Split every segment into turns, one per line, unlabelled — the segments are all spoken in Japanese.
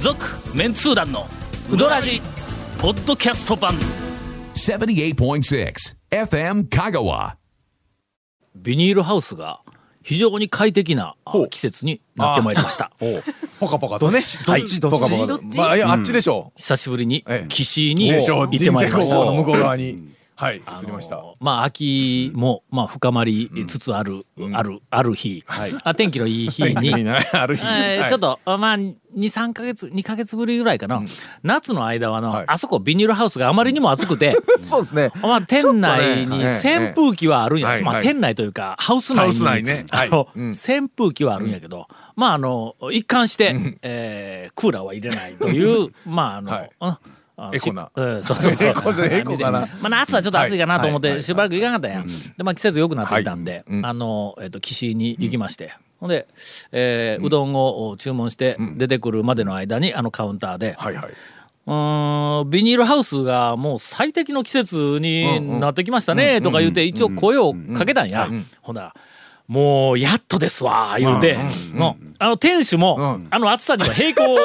続メンツー団のウドラジポッドキャスト版
78.6 FM Kagawa.
ビニールハウスが非常に快適なあ
ほう
季節になってまいりました
ポカポカとね。ど
っちどっち
ポカポカ
ど
と
っち
まあ、いや、あっちでしょ
久しぶりに
ええ
岸
う。
に
でしょ
行
う。
って
人
まい
生
りま
高
し
校の向
た
こう側に。はい、移りました。
まあ秋もまあ深まりつつある、あるある日、あ天気のいい 日に、
いいなある日。
えー
はい
ちょっと、まあ、23ヶ月2ヶ月ぶりぐらいかな、夏の間はの、
はい
あそこビニールハウスがあまりにも暑くて
そうですね。
まあ店内
ちょっ
に
とね
扇風機はあるんや、
はい
まあ、
はい
店内というかハウス内に
ハウス内ねはい
あの
うん
扇風機はあるんやけど、まああの一貫して、えークーラーは入れないという まああの、
はい
うんあの
エコな
しうん、そうそうそう
エコじゃ エコかな
まあ、夏はちょっと暑いかなと思っ
はいは
て
い
しばらく行かなかったんや、でまあ季節良くなってきたんで、
うん
あの、えっと岸に行きまして、ほんで、えーうどんを注文して出てくるまでの間にあのカウンターで、
はいはい。
うーんビニールハウスがもう最適の季節になってきましたねとか言うて一応声をかけたんや、ほんならもうやっとですわ言うて、のあの店主も、
うん
あの暑さには平 行を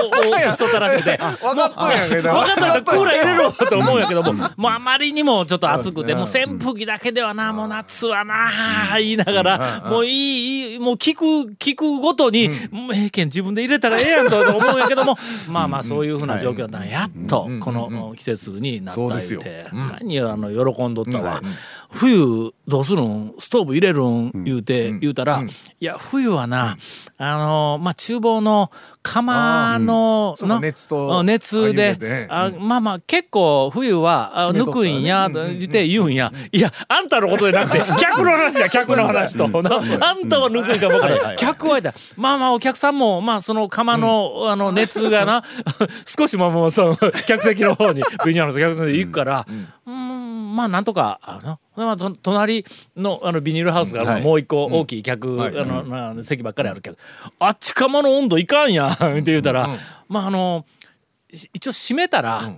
しとったらし くて
分かっとんやけど。
分かったらクーラー入れろと思うんやけども、もうあまりにもちょっと暑
そ
く
う
て、もう
です
扇風機だけではな、もう夏はな、言いながら、もういいいい、もう聞く、聞くごとに、もうええけん自分で入れたらええやんと思 うんやけども、まあまあそういうふうな状況だ。やっと、この季節になった
そう
り
です
し
よ
て、何よ、あの、喜んどったわ。冬どうするんストーブ入れるん言うて、言うたら、いや、冬はな、あの、まあ厨房の釜の、
そうか
の
熱と
うん熱で
あ湯気で
あまあまあ結構冬はあ
締め
抜
とった
く
らね
んやと言って言うんやいやあんたのことじゃ なくて客の話だ客の話となあんたは抜くんかばかり客はいたまあまあお客さんもまあその釜のあの熱がな 少しまあもうその客席の方に ビニアの客席の方に行くからうんまあなんとかあのまあと隣のあのビニールハウスがあるのもう一個大きい客あのまあ席ばっかりある客あっち釜の温度いかんやんって言うたらまああのし一応閉めたら、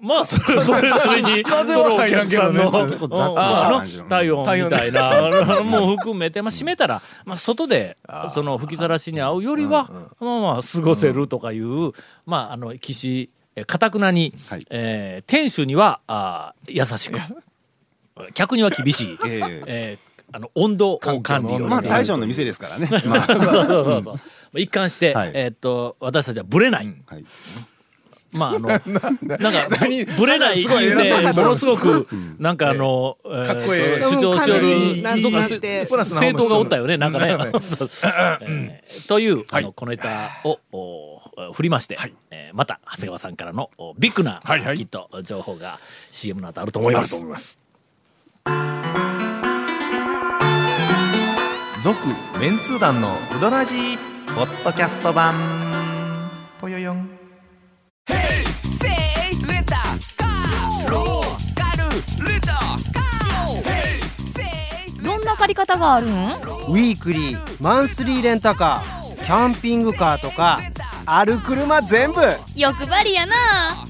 まあそれそれなりに
風は入らんけどね
その
ちょっ
お客さんの
あ
うん体温みたいなもう含めて、まあ、閉めたら、まあ、外でその吹きさらしに合うよりは、まあまあ過ごせるとかいう、まああの岸かたくなに、
はい
えー店主にはあー優しく客には厳しい、え
ええ
ーあの温度を管理を
ま
し
あ
ている
大将の店ですからね。
そうそうそうそうまあ一貫して、
はい
えーっと私たちはブレない、
はい
まああのなんか
何
ぶれない
すごい
言う
偉
て
そうな
ものすごくなんかあのえー
かっこええ
主張しよる
かっこいい
なん
いいいい
とかせ政党がおったよねなんかね
なん か。
えーというあ
は
の
い
小ネタをお振りまして
はい
えーまた長谷川さんからのおビッグな
はいはい
きっと情報が CM の後あると思いま
あると
す
思い。ます。続、メンツー団のうどらじ
ポッドキャスト版ぽよよん
どんな借り方があるん
ウィークリーマンスリーレンタカーキャンピングカーとかある車全部
欲張りやな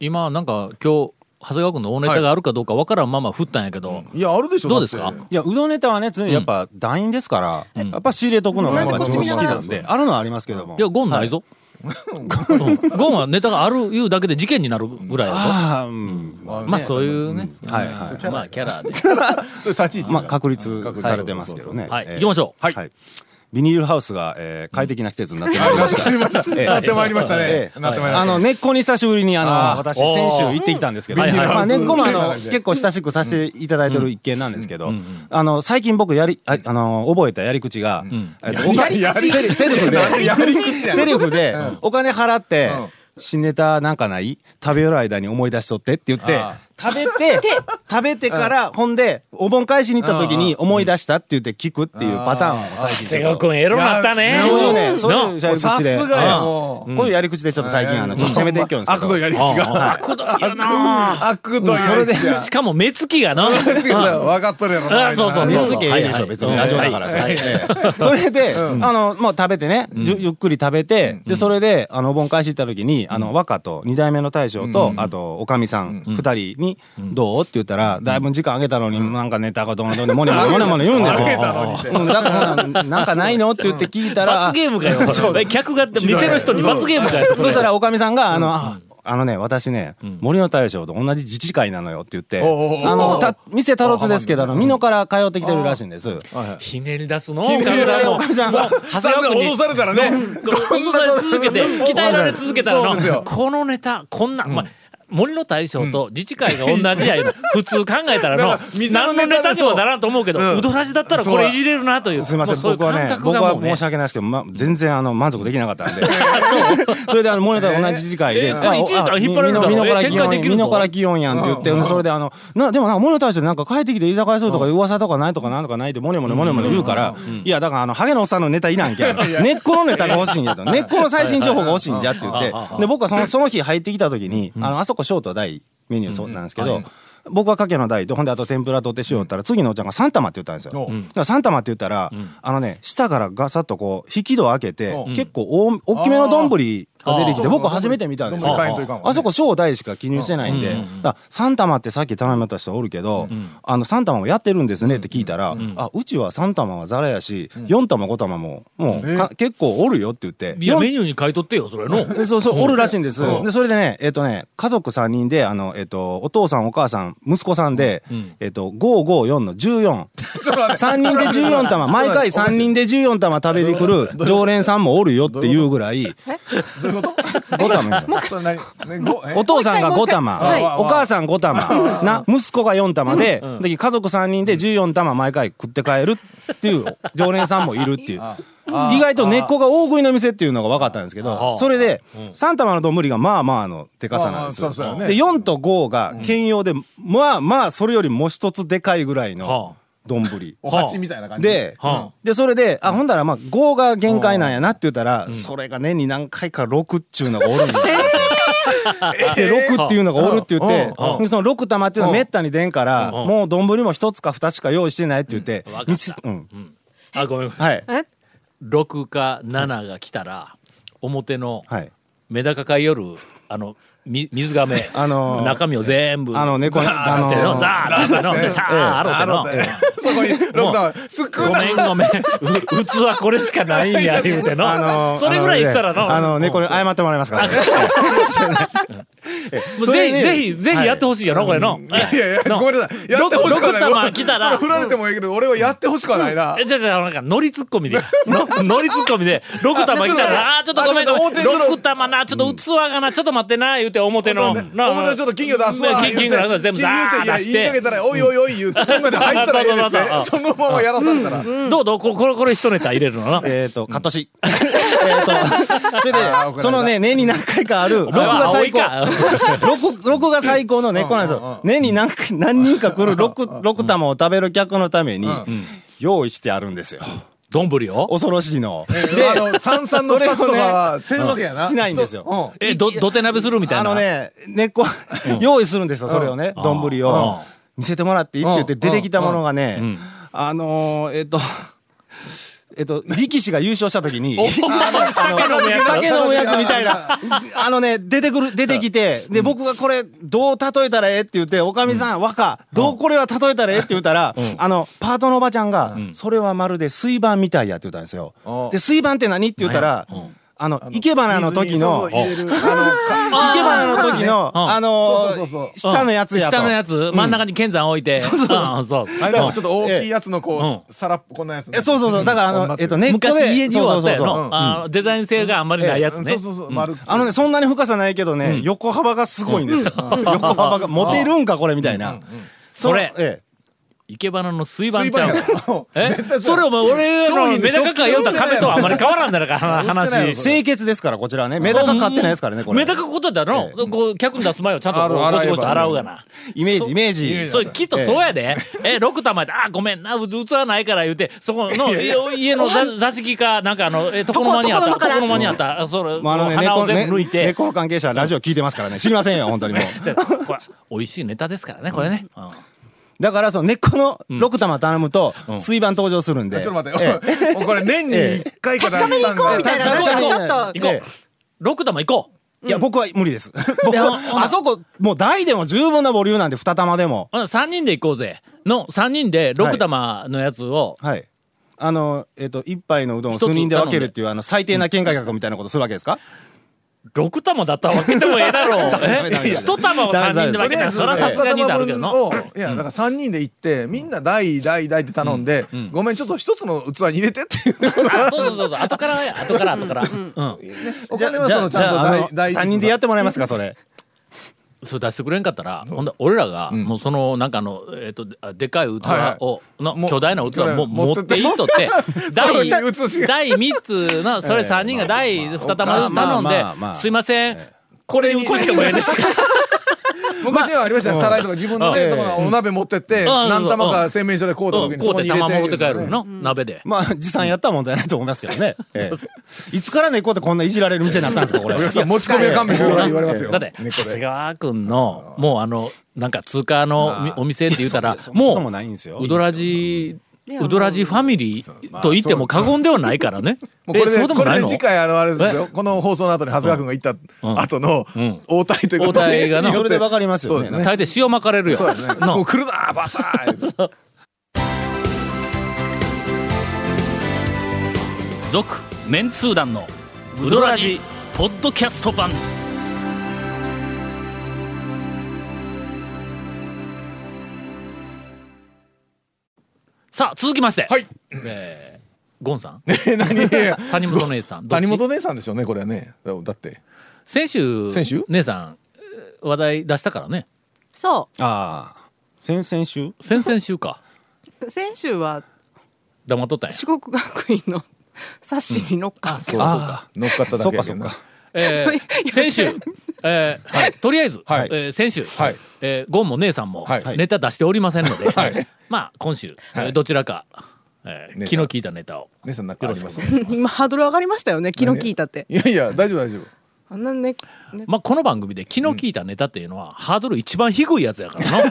今なんか今日長谷川君の大ネタがあるかどうかわからんまま振ったんやけど
いや、あるでしょ。
どうです
だ
か
って
いやうどんネタはね常にやっぱ団員ですから、やっぱ仕入れとくのがまあ常識なんであるのはありますけども
いやゴンないぞ。 うんゴンはネタがあるいうだけで事件になるぐらいやぞ。
ああうんま
まあそういうね、
はいは
まあキャラです。
そういう立ち位
い
置
まあ
が
確立されてますけどね
はい
ええ
行きましょう
はいビニールハウスがえー快適な季節になってまいりま したええ
なってまいりましたね
え。え
なってまいりま
あ
した。
の根っこに久しぶりにあの
お
私
ー
先週行ってきたんですけど、
はいはい
まあ、根っこもあの
うん
結構親しくさせていただいてる一件なんですけど、あの最近僕やりああの覚えたやり口が、えっとおか
やり口
セリセルフ
なんでやり
で
口やねん
セルフでお金払って、
うん
新ネタなんかない食べよる間に思い出しとってって言って
あ
食べて食べてから、ほんでお盆返しに行った時に思い出したって言って聞くっていうパターンを最近
瀬川君エロなったね。
そういうね、そう
の
いうやり
さ
口
す
で。
がや、もう。
こういうやり口でちょっと最近あのちょっと攻めていきようんですけ
悪
ど
の。やり口が。悪の悪のやり口や。
しかも目つきがな。
分かっとるやろな。
あそうそう
水付けいいでし
はい
ょ別にラジオだから
は
さ
い
ええ それであのもう食べてねじゅゆっくり食べてでそれであのお盆返し行った時にあの若と二代目の大将とあとおかみさん二人にに「どう?」って言ったら「だいぶ時間あげたのになんかネタがどうのどうのもね もねもねもね言うんですよ。うんだからなんかないのって言って聞いたら
罰ゲームかよそれ客がって店の人に罰ゲームかよ
そしたらおかみさんが、あの、ああのね、私ね、森の大将と同じ自治会なのよって言って、あの、た店タロツですけど、あの、美濃から通ってきてるらしいんです。
ひねり出すの
ひねり出す
の
おかみさんが、
長
さ
谷
すが
川君
脅
に
されたらね
どんどん続け て鍛えられ続けた
そうです
らの
よ
このネタこんな、まあ森の大将と自治会が同じやいうの普通考えたらの
だから水の
何の
ネタで
ネタに
そ
も
う
ならんと思うけど、うどらじだったらこれいじれるなという
すみません、
もうそういう
僕は
感
ね、
覚
僕
が
は
もうね
申し訳ないですけど、ま、全然あの満足できなかった んで、それであの森の大同じ自治会で、
えこれ一時間引っ張られるだろ
美濃から
え展開できるぞ
祇園美濃から祇園やんって言って、それであのなでもなんか森の大将になんか帰ってきて居酒屋するとか噂とかないとかなんとかないってもねもねもねもね言うから、いやだからあのハゲのおっさんのネタいらんけん、根っこのネタが欲しいんや と、根っこの最新情報が欲しいんじゃって言って、で僕はそのその日入ってきた時に、あのあそこショート大メニューそうなんですけど。僕はかけの台とほんであと天ぷらとって塩ったら次のおっちゃんが3玉って言ったんですよ、だから3玉って言ったら、あのね下からガサッとこう引き戸を開けて、結構大大きめの丼が出てきて僕初めて見たんですよ
丼買えんといかんわね
あそこ小大しか記入してないんで、だから三玉ってさっき頼まれた人おるけど、あの三玉もやってるんですねって聞いたら、あうちは三玉はザラやし、四玉五玉ももうか、結構おるよって言って
いや
四
メニューに書いとってよそれの
えそうそう、おるらしいんです。で、それでね、えっ、とね、家族3人で、あの、えっ、と、お父さん、お母さん、息子さんで、えっ、と、554の14。3人で14玉、毎回3人で14玉食べに来る常連さんもおるよっていうぐらい、
どういうこと
5玉。
それ何ねご え
お父さんが5玉、
はい
お母さん5玉、な、息子が4玉で、で、家族3人で14玉毎回食って帰るっていう常連さんもいるっていう。意外と根っこが大食いの店っていうのが分かったんですけど、それで、3玉の丼がまあまあのでかさなんです
あ
よ。
あそうそうやね
で、4と5が兼用で、まあまあそれよりもう一つでかいぐらい
は
の
あ
丼。
お鉢みたいな感じ
で、
は
でそれであほんだらまあ5が限界なんやなって言ったら、それが年に何回か6っちゅうのがおるんですよ。 で6っていうのがおるって言って、でその6玉っていうのはめったに出んから、もう丼も一つか二つしか用意してないって言って、
わかった
店うん
あごめん
はい
6か7が来たら表の
はい
メダカか夜あのみ水がめ、
あのー
中身を全部
あの猫
ザー
あ
しての
の
ザーッとしてのザーッとしての
そこにロッカーす
ご
くな
めんごめんう器これしかないんや言うての、
あの
それぐらい言ったらの
あの猫に謝ってもらいますから、
もう
そ
ぜ
れ
ひ
ね
ぜひぜひやってほしいやろ、これの
いやいやごめんなさいやってほしくはない
6玉来た
それ
ら
振られてもいいけど俺はやってほしくはないな
えじゃじゃなんかノリツッコミでのノリツッコミで6玉来たらあーちょっとごめん
あちょっと表の
6玉なちょっと器がなちょっと待ってな言うて表の
ね
な
お前ちょっと金魚出すわ
ね金魚出すわ全部
金魚言うて
ザ
い
ー
や
出し
言
て
いかけたら「おいおいおい」言うて金魚で入ったらいいですね
そうそ
そのままやらされたら
どうどうここれこれ一ネタ入れるのな
えっとカットし、 えっと それで
あー怒られた
そのね年に何回かある6が最高
あ青いか
六六が最高の猫なんですよ。年に何回何人か来る六六玉を食べる客のために用意してあるんですよ。
どんぶりを
恐ろしいの。
であの三々の2つとかはせんわけやな
しないんですよ。
えどどて鍋するみたい
あ
な
のね猫用意するんですよ。それをね丼を見せてもらっていいって言って出てきたものがねあのーえっと。えっと、力士が優勝した時にあの
酒飲むやつ
酒飲むやつみたい なあのね出てくる出てきてで僕がこれどう例えたらええって言っておかみさん若どうこれは例えたらええって言ったらあのパートのおばちゃんが「それはまるで水盤みたいや」って言ったんですよ
あ。
で水盤って何って言ったらあの生け花の時の
水にそう入れるあの
生け花の時の
うん
あの
そうそうそうそう
下のやつやと
下のやつ真ん中に剣山置い てそうそうそう
だからちょっと大きいやつのこ
う
う皿っぽこんなやつね
えそうそうそうだからあ
こんな
の
って
えっと根っこで
昔家中はあったや
そうそうそう
ろあーデザイン性があんまりないやつね
うんそうそうそう丸く
あのねそんなに深さないけどね横幅がすごいんですよ横幅がモテるんかこれみたいな
それ
ええ
生け花の水盤
水
ち
盤
ゃ
や
う
ろ
わえそれお前俺
商
の
品
メ
で
ダカか言うたら亀とはあんまり変わらんだから話
清潔ですからこちらはねメダカ買ってないですからねこれ
メダカことだろ、こう客に出す前はちゃんとこう
ある
ゴシゴシと洗うがな。
イメージイメージ
そうきっとそうやで。え、6玉で、あ、ごめんな、うつ器ないから言うて、そこの家の座座敷か、なんかあの、え、床の間にあった、床の間にあった、それ、
まああのね
花を
猫
全部抜
ね
いて、
猫の関係者はラジオ聞いてますからね知りませんよ 本当にもう
これ、美味しいネタですからね、これね。
だからその根っこの6玉頼むと水盤登場するんで
ちょっと待っておこれ年に1回か確かめに行こ
確
確かに
ちょっと
行こう。6玉行こう。
いや、僕は無理です。僕
でほん
はあそこ、もう大でも十分なボリュームなんで、二玉でも。
ほな3人で行こうぜの3人で6玉のやつを、
はい。あの、えっと、一杯のうどんを
一つ
数人で分けるっていう、あの、最低な見解額みたいなことするわけですか
6玉だったら分けてもええだろう
メ ダメ
え1玉を3人で分
と
け
り
た
あえ
ら
ず
それはさすがになるけどな
二玉分をいやだから3人で行ってみんな大大大って頼んでごめんちょっと一つの器に入れ てっていう
あそうそうそうそう後から後から後からうん
お
じゃ
金は
あ、じ
そ
ゃ
の
あ、
ち
じゃあ、あ
ゃん
の
と大大
三人でやってもらえますか、それ。
それ出してくれんかったらほんで俺らがもうそのなんかあのえっとあでかい器をの
もう
巨大な器をもう
持
持
っ
ってていっとって
そう
第
いう器しか
第3つのそれ3人が第2玉ずつ頼ん
まあまあ
で
まあま
「
あ
すいませんこれにこしてもええですか?」
昔はありましたねたらいとか自分のねとこのお鍋持ってって
うん
何玉か洗面所で買うた
う
時
ん
に
こ
そうこ
て
に入れ
玉
て
持って帰るの鍋で。
まあ、持参やったら問題ないと思いますけどね。ええいつから猫ってこんないじられる店になったんですか、これ。
お客さん持ち込みは勘弁してください言われますよ
だって
猫で
長谷川君のもうあのなんか通貨のみお店って言ったら
そんなこと
も
もないんですよ
うウ。ドラジウドラジファミリーと言っても過言ではないからね。
もうこれ
え
で
そうでも
こ
ない
れ
の
で次回あのあれですよこの放送の後に長谷川君が行った後の応対ということ
応対がな
によ
そ
って
れでわかります
そ
よ
う
ね
で。
大抵塩まかれるよ。
そうですね
な
もう来るなバサー
続メンツー団のウドラジポッドキャスト版さあ続きまして、
はい
えーゴンさん
何
谷本姉 さんどっち
谷本姉さんでしょうねこれはねだって
先週
先週
姉さんえー話題出したからね
そ
ああ。先々週
先々週か
う先週は
黙っとったんや
四国学院の冊子に乗っかって、
そうそうか
乗っかっただけやけどな
そ
えー先週、えーはい、とりあえず、
はい
えー先週、
はい
えーゴンも姉さんも
はい
ネタ出しておりませんので、
はい
まあ今週、えーどちらか、えー気
姉さん
の利いたネタを。
姉さんなんかあります
今ハードル上がりましたよね昨日聞いたって
いやいや大丈夫大丈夫
あんなねね
まあ、この番組で気の利いたネタっていうのは、ハードル一番低いやつやからな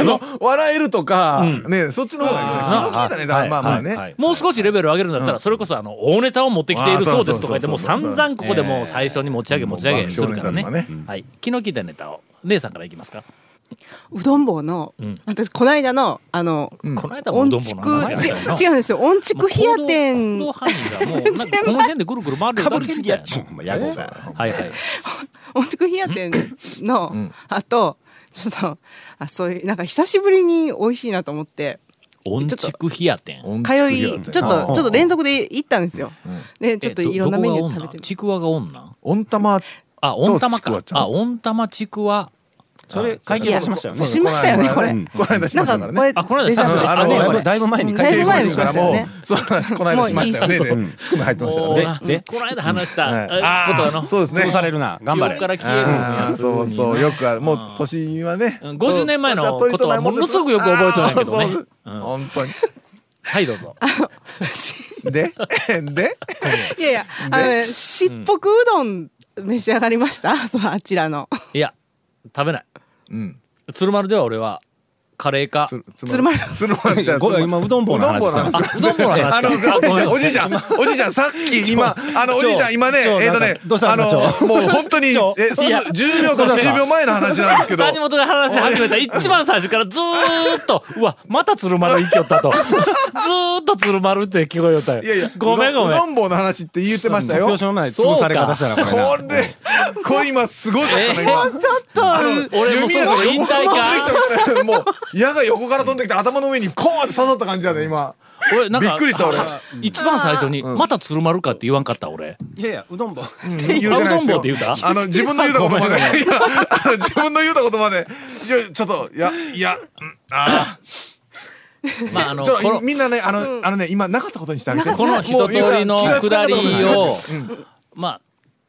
あの笑えるとかねそっちの方がいいよね
あ
気
ー
の利いたねまあまあ
はいは
ね
い
もう少しレベル上げるんだったらそれこそあの大ネタを持ってきているそうですとか言ってもう
あーそうそうそ
散
うそう
々ここでもう最初に持ち上げ持ち上げするからね
もう爆笑ネタとか
はい、気の利いたネタを姉さんからいきますか、
うどん坊の、
ん
私この間のあの、
この間もう
音
どんぼ
畜
の話やったよな
ち違うんですよ音畜冷や店
もう行動行動
音
範囲がもうなんかこの辺でぐるぐる回るだけみたいな
かぶりすぎやっちゅう。まあやごさ
はいはい
畜冷や店のあとちょっとあそういうなんか久しぶりに美味しいなと思って
音畜冷や店
音
通
痴
い
リ
ち
ア
ょ
ル
っ
だ
と
よ
ちょっと連続で行ったんですよ、でちょっといろんなメニュー
えどこが
食べ
女
て
ちくわが女
温玉
あ温玉
ちくわ
か
ちゃん
あ温玉ちくわ
それ解決しましたよね。
しましたよね
こ
こ
の間ね
れ
この間しましたからね
あこの間
レジャー
確
かに
あね
あの
これ
だいぶだいぶ前に
うん
解
経
決
営
し
し
ま
ま
だいぶ前に
し
したた
よ
からもう
ね。
そう話この間しましたよね
もういい
でツッコミ入ってましたからね
な
で
この間話した
はい
えことの
そうですね
潰されるな。頑張
記憶 か
れ。
ら消えるんや
あーそうそうよくあるもう年はね
うん50年前のことはものすごくよく覚えてないけどね
あーそう本当に
はいどうぞ
で で
いやいや、あのね、しっぽくうどん召し上がりました、そのあちらの。
いや食べない
うん
鶴丸では俺はカレーか
鶴丸
鶴丸じゃあ
ごめん今うどん坊の話して
うどん坊の
ます
話
あうどん坊の話か
あのおじいちゃんおじいちゃんおじいちゃんさっき今あのおじいちゃん今ね
ちょ
えっとね
なんかどうした
あ
んで
の
すか
もう本当にえ
ちょ
す10秒か10秒前の話なんですけど
谷本が話し始めた一番最初からずーっ と「うわまた鶴丸行きよった」と ずーっと鶴丸って聞こえよったよ
いやいや
ごめんご
う
めん
どん坊の話って言ってましたよ
表紙の前に潰され方したらこ
こ
れな。
れこれ今すごいかったね今
ちょっと、
俺もそろそろ引退か
かもう矢が横から飛んできて頭の上にコーンって刺さった感じやね今
俺なんか
びっくりした俺
一番最初に「また鶴丸か」って言わんかった俺
いやいやうどん坊。
言うてないです
あうどん坊っ
よ
て言うた
あの自分の言うたことまでいやあの自分の言うたことまでいやちょっといやいやうんあ
まああ
ー
の
ちょっ
ことの
みんなねあのあのね今なかったことにしてあげて
この一通りの
もう今
下り
気がつかなかったことに
を
して
まあ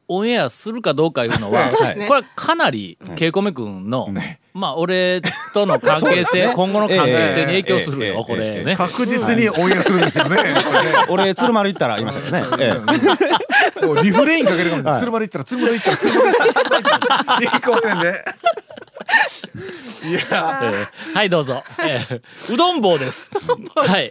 オンエアするかどうかいうのは
そうですね
これはかなりケイコメ君のまあ俺との関係性今後の関係性に影響する
えええ
よ
え
こ
え
れ
え
ね
確実にオンエアするんですよね
俺鶴丸行ったら言いました よね。ええ
これねもうリフレインかけるかもしれない鶴丸行ったら鶴丸行ったら鶴丸行ったらいいかもしれんね いや
えーはいどうぞ、えーうどん坊ですはい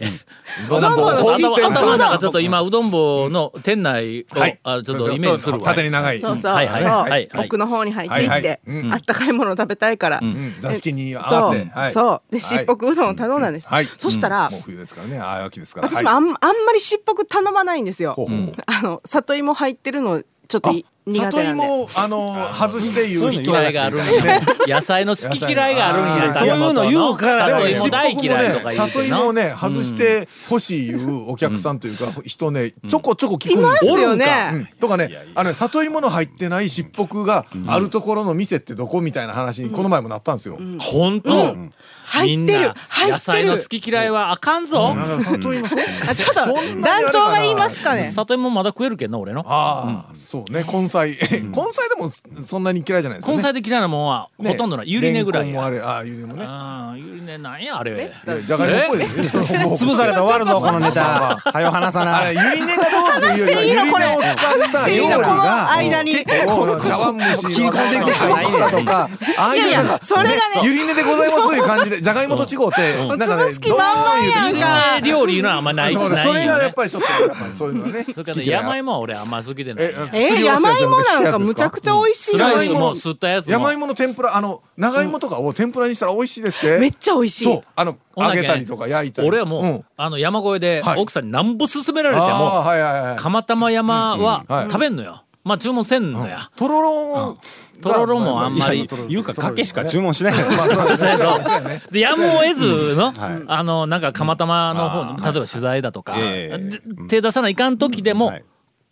どんな棒
頭
本店
頭の
さ
中
ん
ちょっと今うどん坊の店内を
はい
あちょっとイメージするわ。
縦に長い
そうそう、
はいはい
そう、
はいはい
奥の方に入っていって、
はいはいうん
あったかいものを食べたいから、
うん座敷に上が
そ
っ
う、
て
そうでしっぽくうどんを頼んだんです、
はい
そしたら、
もう冬ですからねああ秋ですから
私もあん,、あんまりしっぽく頼まないんですよ、
ほうほう
あの里芋入ってるのちょっとい苦
里
手なんで
芋をあの外して言う人
嫌いがあるんや。野菜の好き嫌いがあるんや。
野
菜のあーそういうの言うから
里芋
しっぽ
大
くも
嫌いとか
ね
言う
里
てな
芋を。ね外してほしいいうお客さんというか人ねちょこちょこ聞くん
いま
です
す
よ
よね
うんとかねあのね里芋の入ってないしっぽくがあるところの店ってどこみたいな話にこの前もなったんですよ
本当。み
入
ん
ってる
な
入
野
って
菜の
る
好き嫌いはあかんぞ。
なんか里芋そう
あちょっと
そんなにあれかな
団長が言いますかね
里芋まだ食えるけんな俺の。
ああそうね根菜根菜でもそんなに嫌いじゃないですよ
根
ね
菜で嫌いなもんはほとんどない。ゆり根ぐらい
レンコン
や。
もあれああゆり根もね
ああゆり根なんやあれ。
いやじゃがいもっぽいですねそのほぼほぼ
潰されたら終わるぞこのネ タはよ話さ
あ
な
れ、ゆり根がどうっていうよりは、ゆり根を使った料理
この
が、
間に
結構、茶碗蒸しのとかとか、ああいうなんか、
それがね
ゆり根でございますという感じで、じゃがいもと違うて、なんかね、
潰す気満々やん
どんどん言うて
か
ゆり根料理いうのはあんまない。
そう
な
ね
い
それがやっ
ね
ぱりちょっと、やっぱりそういうのはね。
それからね山芋は俺あんま好きでない。
えー、山芋なんかむちゃく
ち
ちゃ美味しい
ス
の
ラ
山
イス
芋の
も吸ったやつも。
山芋の天ぷら、あの、長芋とかを天ぷらにしたら美味しいですって。
めっちゃ美味しい
そう、あの、揚げたりとか焼いたり。
俺はもう、
ん
あの山越えで
はい
奥さんになんぼ勧められても、
ああ、はいはいはい。
釜玉山は
うんはい
食べんのよ、まあ注文せんのや、
とろろ
とろろもあんまり
いいうか賭けしか注文しないよ
まあそうですねそうですね
でやむを得ずの、あのなんか釜玉の方に、例えば取材だとか、
ええ
で手出さないかん時でも、
はい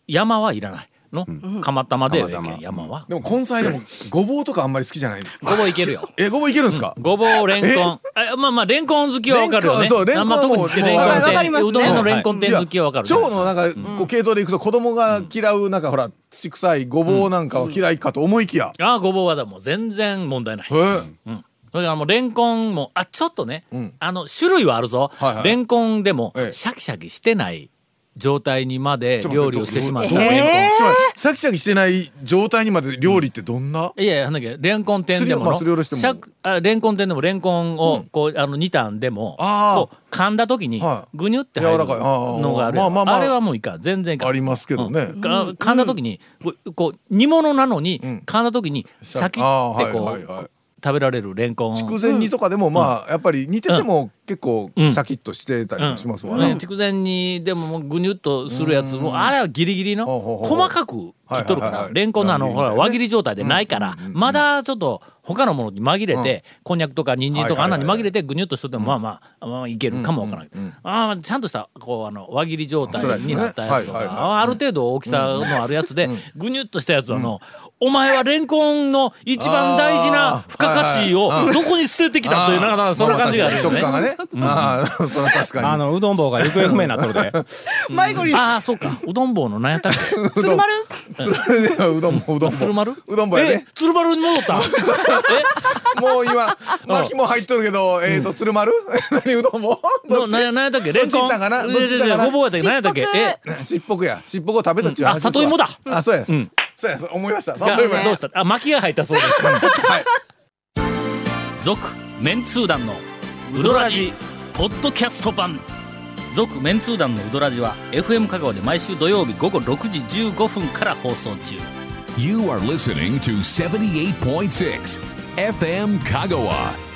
山はいらないの、釜玉でええけん
釜玉
山は、
でも根菜でもごぼうとかあんまり好きじゃないです
ごぼういけるよ
えごぼういけるんですか
ごぼうレンコンあまあまあレンコン好きはわかるよね
レンコンそうレンコン
まあ特
も
に
う
レンコン
わかり
店
ますね
うどんのレンコン店好きはわかる、
いや腸のなんかこう系統でいくと子供が嫌うなんかほら土臭いごぼうなんかは嫌いかと思いきや
ああごぼうはだもう全然問題ない
へえ
うんそれからもうレンコンもあちょっとね、
うん
あの種類はあるぞ、
はいはい
レンコンでも
ええ
シャキシャキしてない状態にまで料理をしてしまっ
どういうこと
た。
ちょっと待ってシャキシャキしてない状態にまで料理ってどんない
やいやなんだっけレンコン店でも
すり
の
おろまあすりおろしても
シャクあレンコン店でもレンコンをこう、あの二段でも
あー
こう噛んだ時に
はい
ぐにゅって入る
柔らかいあー
のがあるやん
まあまあまあ
あれはもういかん全然いかん
ありますけどね
うんか噛んだ時にこうこう煮物なのに
ん
噛んだ時にシャキ
あー
ってこう、
はいはいはい
食べられるレンコン
筑前煮とかでもまあやっぱり似てても結構シャキッとしてたりしますわ
ね
ね
筑前にでももうぐにゅっとするやつもあれはギリギリの
ほうほうほう
細かく切っとるか
はいはい
ら
はい
レンコンのあのほ
乱切りみた
ら
いなね
輪切り状態でないからまだちょっと他のものに紛れてこんにゃくとか人参とか
は
あ
い
ん
は
ない
はい
に紛れてぐにゅっとしとってもまあまあまあいけるかもわからないああちゃんとしたこうあの輪切り状態になったやつと
そうですねはいはい
かある程度大きさのあるやつでぐにゅっとしたやつはあのお前はレンコンの一番大事な付加価値をどこに捨ててきたというなんかそんな感じがあるよ
食
ね。
感がねああそれは確か
あ
に
のうどん棒が行方不明になっとるで
迷子に
ああそうかうどん坊の何や ったっけ
鶴丸
それではうどんもうどん
鶴
も
丸
うどんもやね
鶴丸に戻 った
もう今巻も入っとるけどえっと鶴丸 何うどんも
え
どっ
の
ち
な何やったっけレンコ
ど
ン
っち行ったかなどっち行ったかな
でででごぼうやったっけ何やったっけ
しっぽく
え
しっぽくや。しっぽくを食べたっちゅう
うんあ
話ですわ
里芋だ
あ、そうや。
ん
そうや、そう思いました。
が
里芋や。
どうしたあ巻きが入ったそうです
はい。
続メンツー団のウドラジポッドキャスト版続メンツー団のウドラジは FM 香川で毎週土曜日午後6時15分から放送中
You are listening to 78.6 FM Kagawa.